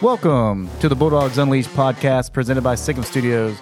Welcome to the Bulldogs Unleashed podcast presented by Sikkim Studios.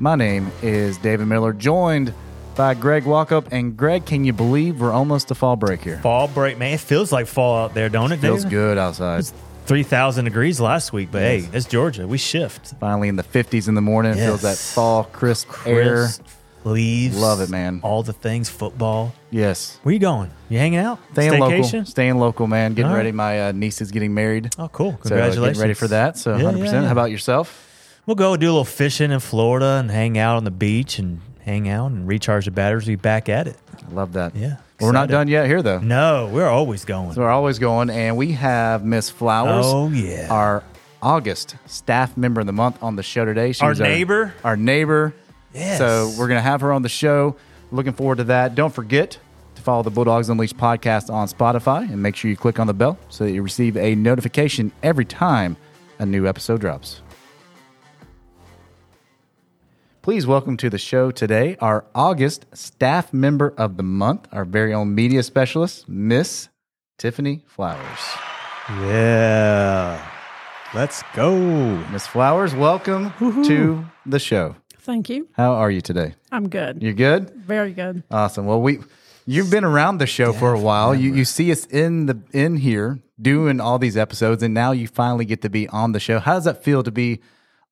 My name is David Miller, joined by Greg Walkup. And Greg, can you believe we're almost to fall break here? Fall break, man. It feels like fall out there, don't it? Feels David? good outside. It's three thousand degrees last week, but hey, it's Georgia. We shift. Finally in the 50s in the morning. It Feels that Yes. fall crisp, air. Crisp, leaves. Love it, man. All the things, football. Yes. Where you going? You hanging out? Staying local. Staycation? Staying local, man. Getting All right. ready. My uh, niece is getting married. Oh, cool. So, uh, Congratulations. getting ready for that. So Yeah, 100%. yeah, yeah. How about yourself? We'll go do a little fishing in Florida and hang out on the beach and hang out and recharge the batteries. Be back at it. I love that. Yeah, We're not excited. done yet here, though. No, we're always going. So we're always going, and we have Miss Flowers. Oh, yeah. our August staff member of the month on the show today. She's Our neighbor? our neighbor. Yes. So we're gonna have her on the show. Looking forward to that. Don't forget to follow the Bulldogs Unleashed podcast on Spotify, and make sure you click on the bell so that you receive a notification every time a new episode drops. Please welcome to the show today our August staff member of the month, our very own media specialist, Miss Tiffany Flowers. yeah. Let's go. Miss Flowers, welcome to the show. Thank you. How are you today? I'm good. You good? Very good. Awesome. Well, we you've been around the show for a while. You you see us in the in here doing all these episodes, and now you finally get to be on the show. How does that feel to be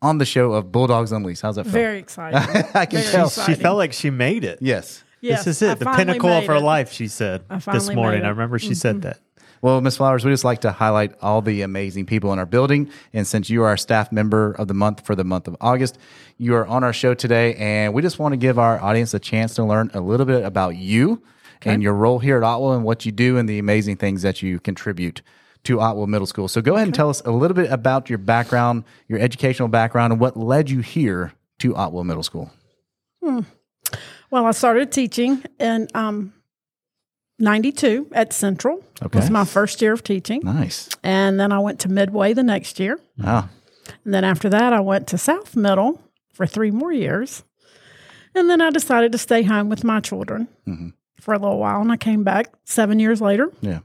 on the show of Bulldogs Unleashed? How's that feel? Very excited. I can very tell. excited. She felt like she made it. Yes. Yes, this is I it. The finally pinnacle of made her it. life, she said this finally morning. made it. Mm-hmm. I remember she said that. Well, Miss Flowers, we just like to highlight all the amazing people in our building. And since you are our staff member of the month for the month of August, you are on our show today. And we just want to give our audience a chance to learn a little bit about you and your role here at Otwell and what you do and the amazing things that you contribute to Otwell Middle School. So go ahead and tell us a little bit about your background, your educational background, and what led you here to Otwell Middle School. Well, I started teaching in um, 92 at Central. Okay. It was my first year of teaching. Nice. And then I went to Midway the next year. Wow. And then after that, I went to South Middle for three more years. And then I decided to stay home with my children Mm-hmm. for a little while. And I came back seven years later. Yeah.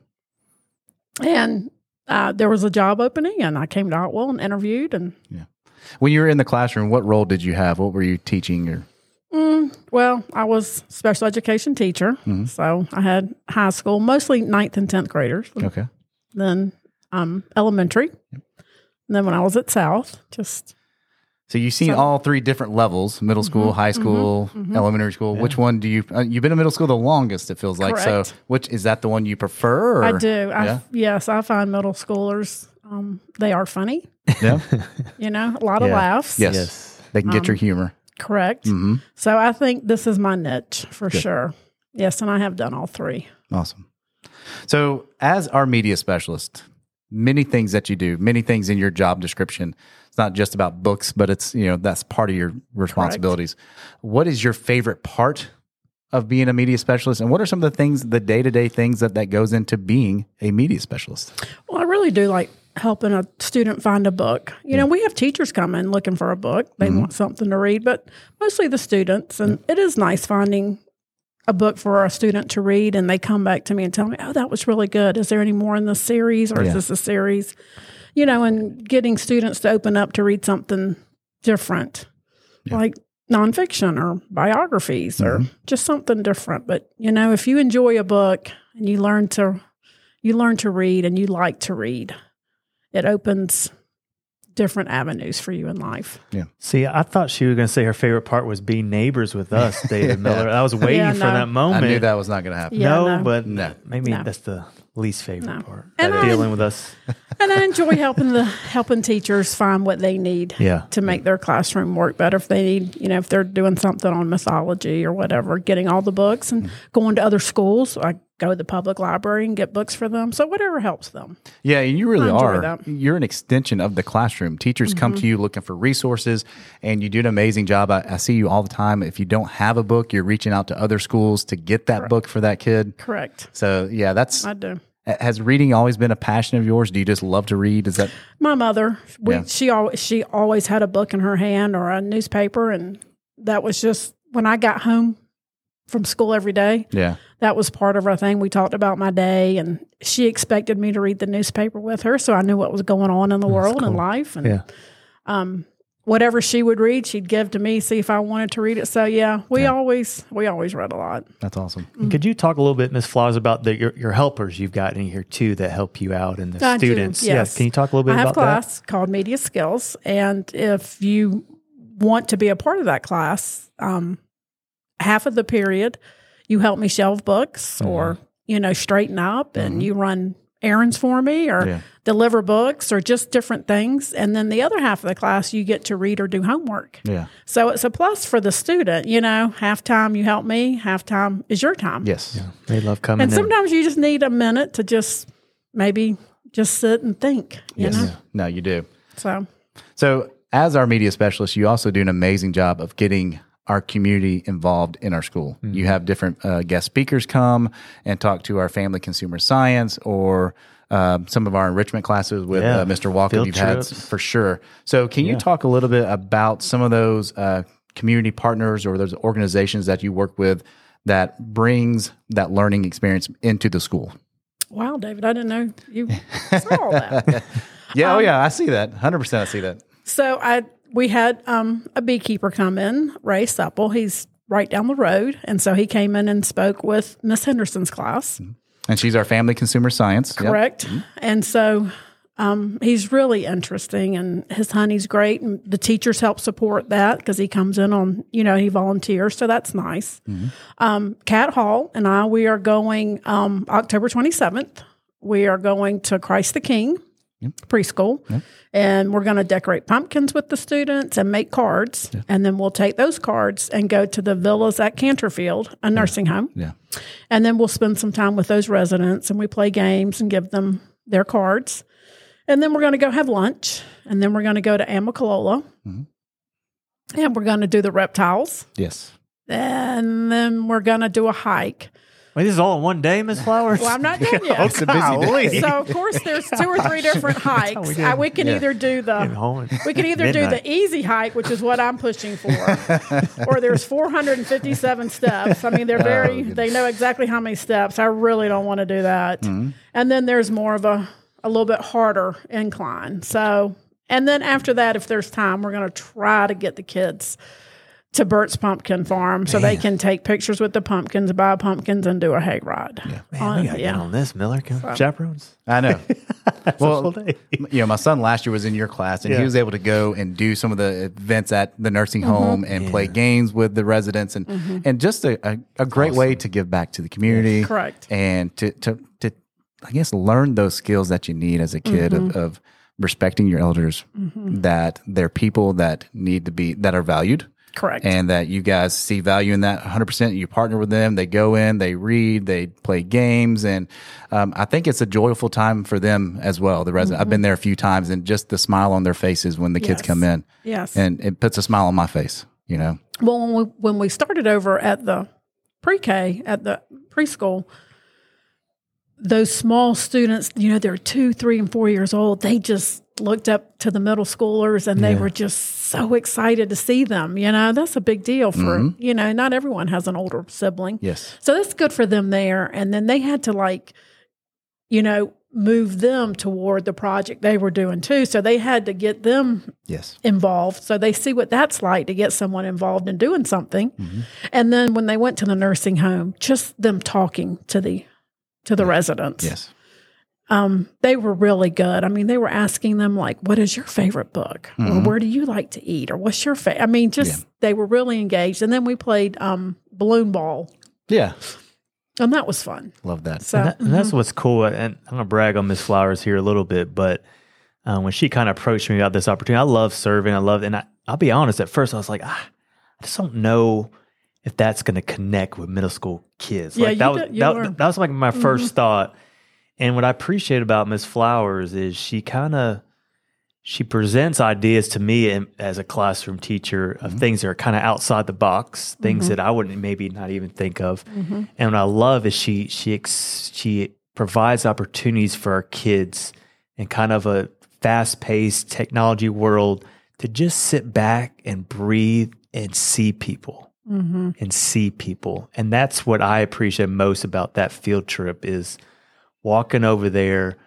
And uh, there was a job opening, and I came to Otwell and interviewed and When you were in the classroom, what role did you have? What were you teaching? Or Mm, well, I was special education teacher, Mm-hmm. so I had high school, mostly ninth and tenth graders, okay. then um, elementary, and then when I was at South, just So you've seen all three different levels: middle Mm-hmm, school, high school, elementary school. Which one do you? Uh, you've been in middle school the longest. It feels like. So Correct. which is that the one you prefer? Or? I do. I, yeah. Yes, I find middle schoolers um, they are funny. Yeah. You know, a lot of Yeah. Mm-hmm. laughs. yes. They can get Um, your humor. correct. So I think this is my niche for sure. Yes, and I have done all three. Awesome. So as our media specialist, many things that you do, many things in your job description. It's not just about books, but it's you know that's part of your responsibilities. What is your favorite part? Of being a media specialist, and what are some of the things, the day to day things that that goes into being a media specialist? Well, I really do like helping a student find a book. You know, we have teachers come in looking for a book. They want something to read, but mostly the students. And it is nice finding a book for a student to read and they come back to me and tell me, oh, that was really good. Is there any more in the series or Yeah. is this a series? You know, and getting students to open up to read something different, like nonfiction or biographies or just something different. But, you know, if you enjoy a book and you learn to you learn to read and you like to read, it opens different avenues for you in life. See, I thought she was going to say her favorite part was being neighbors with us, David Miller. I was waiting Yeah, for no. that I moment. knew that was not going to happen. Yeah, no, no. but No. maybe No. that's the least favorite part. And That I- dealing with us. and I enjoy helping the helping teachers find what they need Yeah. to make their classroom work better. If they need, you know, if they're doing something on mythology or whatever, getting all the books and Mm-hmm. going to other schools. I go to the public library and get books for them. So whatever helps them. Yeah, and you really I enjoy are. that. Mm-hmm. You're an extension of the classroom. Teachers come to you looking for resources, and you do an amazing job. I, I see you all the time. If you don't have a book, you're reaching out to other schools to get that book for that kid. Correct. So, yeah, that's I do. has reading always been a passion of yours? Do you just love to read? Is that My mother, we, Yeah. she always she always had a book in her hand or a newspaper, and that was just when I got home from school every day. yeah? that was part of our thing. We talked about my day, and she expected me to read the newspaper with her, so I knew what was going on in the world and cool. life. And Yeah. um, whatever she would read, she'd give to me, see if I wanted to read it. So yeah, we always we always read a lot. That's awesome. Mm. Mm-hmm. Could you talk a little bit, Ms. Flaws, about the, your, your helpers you've got in here too that help you out and the I do, students? Yeah, yes. Can you talk a little bit I have about a class called Media Skills, and if you want to be a part of that class, um, half of the period you help me shelve books Mm-hmm. or you know straighten up, and you run errands for me or Yeah. deliver books or just different things, and then the other half of the class you get to read or do homework. Yeah. So it's a plus for the student. You know, half time you help me, half time is your time. Yes. that? They love coming And in. sometimes you just need a minute to just maybe just sit and think. You Yes. know, No, you do. so So, as our media specialist, you also do an amazing job of getting our community involved in our school. You have different uh, guest speakers come and talk to our family consumer science or uh, some of our enrichment classes with Yeah. uh, Mr. Walker. Field you've had trips. for sure. So, can you talk a little bit about some of those uh, community partners or those organizations that you work with that brings that learning experience into the school? wow, David, I didn't know you saw all that. Yeah, oh yeah, I see that. Hundred percent, I see that. So I we had um, a beekeeper come in, Ray Supple. He's right down the road, and so he came in and spoke with Miss Henderson's class. And she's our family consumer science. Yep. Mm-hmm. correct? And so um, he's really interesting, and his honey's great, and the teachers help support that because he comes in on you know he volunteers, so that's nice. Mm-hmm. Um, Cat Hall and I we are going um, October twenty seventh. We are going to Christ the King preschool, and we're going to decorate pumpkins with the students and make cards, and then we'll take those cards and go to the villas at Canterfield, a nursing home. Yeah. And then we'll spend some time with those residents and we play games and give them their cards. And then we're going to go have lunch. And then we're going to go to Amicalola. And we're going to do the reptiles. Yes. And then we're going to do a hike. Wait, this is all in one day, Ms. Flowers? Well, I'm not done yet. It's a busy day. Golly. So, of course, there's two or three different hikes. we We, did. we can either do Getting the. home and- We can either do Midnight. the easy hike, which is what I'm pushing for, or there's 457 steps. I mean, Oh, they're very, they know exactly how many steps. I really don't want to do that. Mm-hmm. And then there's more of a, a little bit harder incline. So, and then after that, if there's time, we're going to try to get the kids to Burt's Pumpkin Farm so they can take pictures with the pumpkins, buy pumpkins, and do a hay ride. Man, we On- got to get on this, Miller. Can chaperones? I know. full well, day. you know, my son last year was in your class, and he Yeah. Mm-hmm. was able to go and do some of the events at the nursing home and play games with the residents, and and just a, a, a great way to give back to the community, Correct. And to to to I guess learn those skills that you need as a kid Mm-hmm. of, of respecting your elders, that they're people that need to be that are valued. Correct. and that you guys see value in that 100% you partner with them they go in they read they play games and um, i think it's a joyful time for them as well the resident i've been there a few times and just the smile on their faces when the kids Mm-hmm. Yes. come in yes. and it puts a smile on my face you know Well, when we, when we started over at the pre K, at the preschool, those small students, you know, they're two, three, and four years old. They just looked up to the middle schoolers and they were just so excited to see them. You know, that's a big deal for, you know, not everyone has an older sibling. yes So that's good for them there. And then they had to like, you know, move them toward the project they were doing too. So they had to get them yes involved. So they see what that's like to get someone involved in doing something. Mm-hmm. And then when they went to the nursing home, just them talking to the to the residents. yes Um, they were really good. I mean, they were asking them like, "What is your favorite book?" or Mm-hmm. "Where do you like to eat?" or "What's your favorite?" I mean, just they were really engaged. And then we played um, balloon ball, yeah and that was fun. love that So mm-hmm. And, that- and that's what's cool. And I'm gonna brag on Miss Flowers here a little bit, but um, when she kind of approached me about this opportunity, I love serving. I love, and I, I'll be honest. At first, I was like, ah, I just don't know if that's gonna connect with middle school kids. Yeah, like you that was did- you were- Mm-hmm. that, that was like my 1st thought. And what I appreciate about Miss Flowers is she kind of she presents ideas to me in, as a classroom teacher of things that are kind of outside the box, things that I wouldn't maybe not even think of. And what I love is she she ex, she provides opportunities for our kids in kind of a fast paced technology world to just sit back and breathe and see people. Mm-hmm. and see people. And that's what I appreciate most about that field trip is walking over there.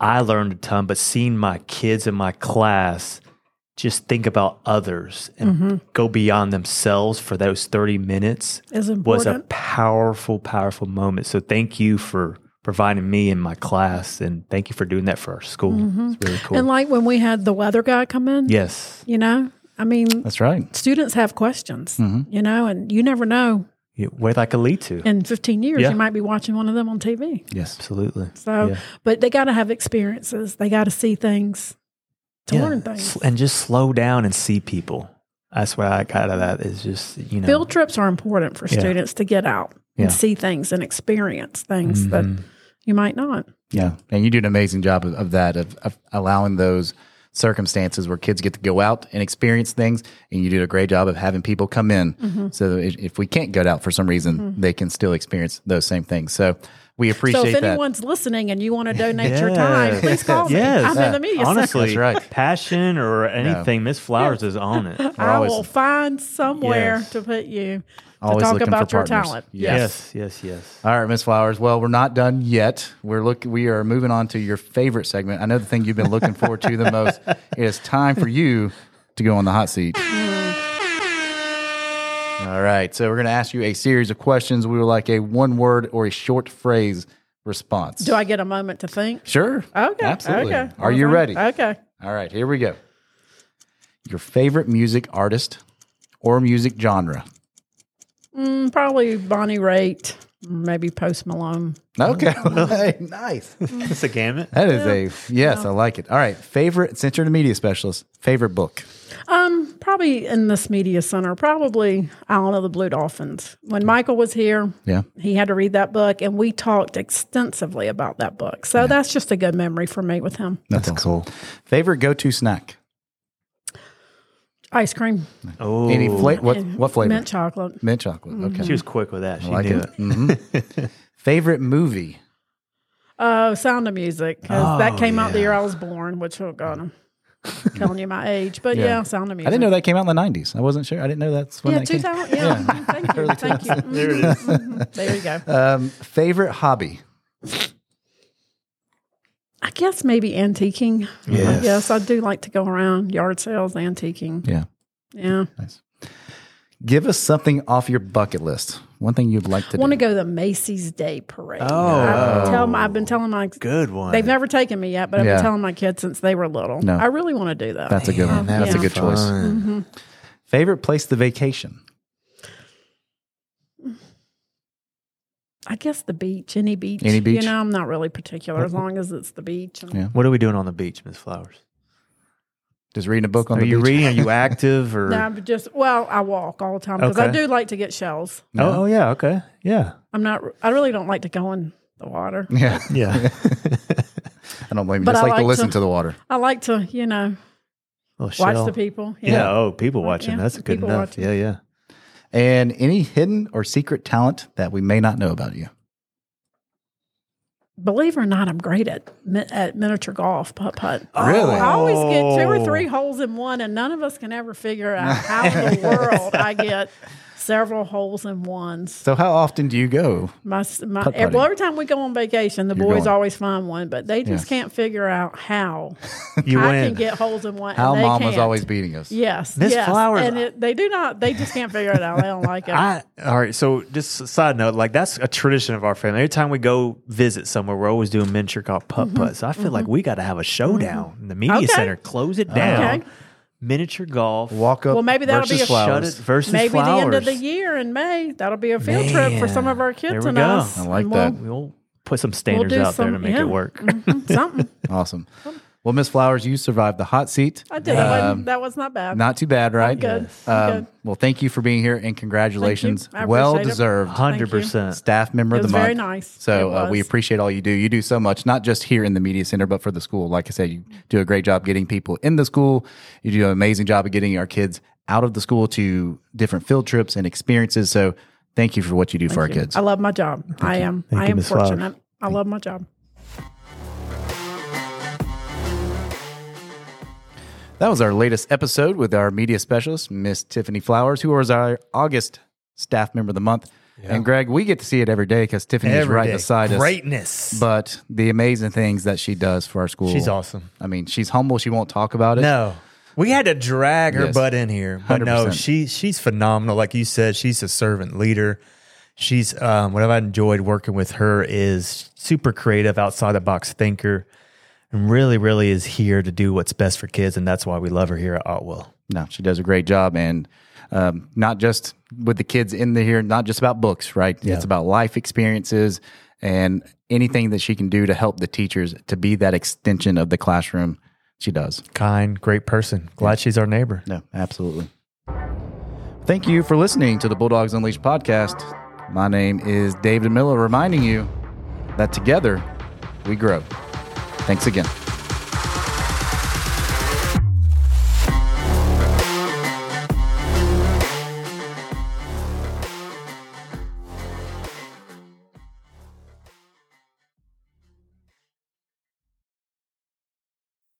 I learned a ton, but seeing my kids in my class just think about others and Mm-hmm. go beyond themselves for those 30 minutes was Is a important. powerful, powerful moment. So thank you for providing me and my class and thank you for doing that for our school. It's really cool. Mm-hmm. And like when we had the weather guy come in, yes. you know, I mean, Uh, That's right. students have questions, Mm-hmm. you know, and you never know. Yeah, Where that could lead to. In 15 years, Yeah. you might be watching one of them on TV. Yes. Absolutely. So, Yeah. but they got to have experiences. They got to see things to Yeah. learn things. S- and just slow down and see people. That's what I got out of that. Is just you know, Field trips are important for Yeah. students to get out Yeah. and see things and experience things Mm-hmm. that you might not. Yeah. And you do an amazing job of, of that, of, of allowing those circumstances where kids get to go out and experience things. And you do a great job of having people come in. Mm-hmm. So if, if we can't get out for some reason, they can still experience those same things. So we appreciate So, if that. anyone's listening and you want to donate your time, Yes. please call Yes. me. I'm in the media center. honestly, That's right. passion or anything, Miss Flowers is on it. Yes, We're I always- will find somewhere Yes. to put you to Always talk looking for about your partners. talent. Yes. yes, yes. yes. All right, Miss Flowers. Well, we're not done yet. We're look. We are moving on to your favorite segment. I know the thing you've been looking forward to the most. It is time for you to go on the hot seat. All right. So we're going to ask you a series of questions. We would like a one word or a short phrase response. Do I get a moment to think? Sure. Okay. Absolutely. Okay. Are you Okay. ready? Okay. All right. Here we go. Your favorite music artist or music genre? Mm, probably Bonnie Raitt, maybe Post Malone. Okay. nice. Mm. It's a gamut. That is a yes, I like it. All right, favorite since you're a media specialist, favorite book. Um, probably in this media center, probably Island of the Blue Dolphins. When Michael was here, Yeah, he had to read that book, and we talked extensively about that book. So that's just a good memory for me with him. that's, cool. Favorite go-to snack? Ice cream, Oh, Any flavor? What what flavor? mint chocolate. Mint chocolate. Okay, she was quick with that. She I like knew Mm-hmm. it. it. Mhm. favorite movie? Uh, Sound of Music. 'cause Oh, that came out the yeah. year I was born, which, oh God, I'm telling you my age. But Yeah. yeah, Sound of Music. I didn't know that came out in the '90s. I wasn't sure. I didn't know that's when Yeah, that two came. thousand. Yeah, Mhm. thank you, thank you. There it is. Mhm. Mhm. There you go. Um, favorite hobby? I guess maybe antiquing. Yes. I guess I do like to go around yard sales, antiquing. Yeah, Yeah, nice. Give us something off your bucket list. One thing you'd like to want to do. go to the Macy's Day Parade. Oh. I tell my, I've been telling my Good one. they've never taken me yet, but I've Yeah. been telling my kids since they were little. No. I really want to do that. That's a good one. Man, That's a yeah. Mm-hmm. good choice. fun. Favorite place to vacation? I guess the beach, any beach. Any beach? You know, I'm not really particular as long as it's the beach. And Yeah. What are we doing on the beach, Miss Flowers? Just reading a book on Are the you beach. reading? Are you active or? No, I'm just well, I walk all the time because I Okay. do like to get shells. Oh, oh, yeah. Okay. Yeah. I'm not. I really don't like to go in the water. yeah. Yeah. I don't blame you. But Just I like, to like listen to- to the water. I like to, you know, Little watch shell. the people. Yeah. Oh, people watching. yeah, That's good people enough. watching. Yeah. Yeah. And any hidden or secret talent that we may not know about you. Believe it or not, I'm great at mi- at miniature golf, putt putt. Really? Oh, I always get two or Oh. three holes in one, and none of us can ever figure out how in the world I get several holes in ones. So how often do you go? My, s- my Putt-putting. well, every time we go on vacation, the You're boys going. always find one, but they just Yeah. can't figure out how You I win. can get holes in one. How and they mom was can't. always beating us. Yes, Miss yes. Flowers- and it, they do not. They just can't figure it out. They don't like it. I all right. So just a side note, like that's a tradition of our family. Every time we go visit somewhere, we're always doing miniature golf putt putt. So I feel like we got to have a showdown in the media Mm-hmm. Okay. center. Close it down. Okay. Miniature golf. Walk up. Well, maybe that'll be versus a- flowers. Shut it versus Maybe flowers. the end of the year in May. That'll be a field trip for some of our There kids we and go. us. I like and that. We'll put some standards do out there to some- make yeah. it work. We'll, something. Awesome. Well, Miss Flowers, you survived the hot seat. I did. That wasn't- that was not bad. Not too bad, right? good. Yes. Um, Good. Well, thank you for being here and congratulations. I appreciate Well it. deserved. Hundred percent. Staff member It of the was very month. nice. So It uh, we was. appreciate all you do. You do so much, not just here in the media center, but for the school. Like I said, you do a great job getting people in the school. You do an amazing job of getting our kids out of the school to different field trips and experiences. So thank you for what you do for our kids. I love my job. I am. I you, am Miss Flowers. fortunate. I love my job. That was our latest episode with our media specialist, Miss Tiffany Flowers, who was our August staff member of the month. And Greg, we get to see it every day because Tiffany is Every right day. beside us. Greatness. But the amazing things that she does for our school. She's awesome. I mean, she's humble. She won't talk about it. No. We had to drag her Yes. butt in here. But no, 100%. she she's phenomenal. Like you said, she's a servant leader. She's um, what I've enjoyed working with her is super creative, outside the box thinker, and really, really is here to do what's best for kids, and that's why we love her here at Otwell. No, she does a great job, and um, not just with the kids in the here, not just about books, right? It's about life experiences and anything that she can do to help the teachers to be that extension of the classroom. She does. Kind, great person. Glad she's our neighbor. No, absolutely. Thank you for listening to the Bulldogs Unleashed podcast. My name is David Miller, reminding you that together we grow. Thanks again.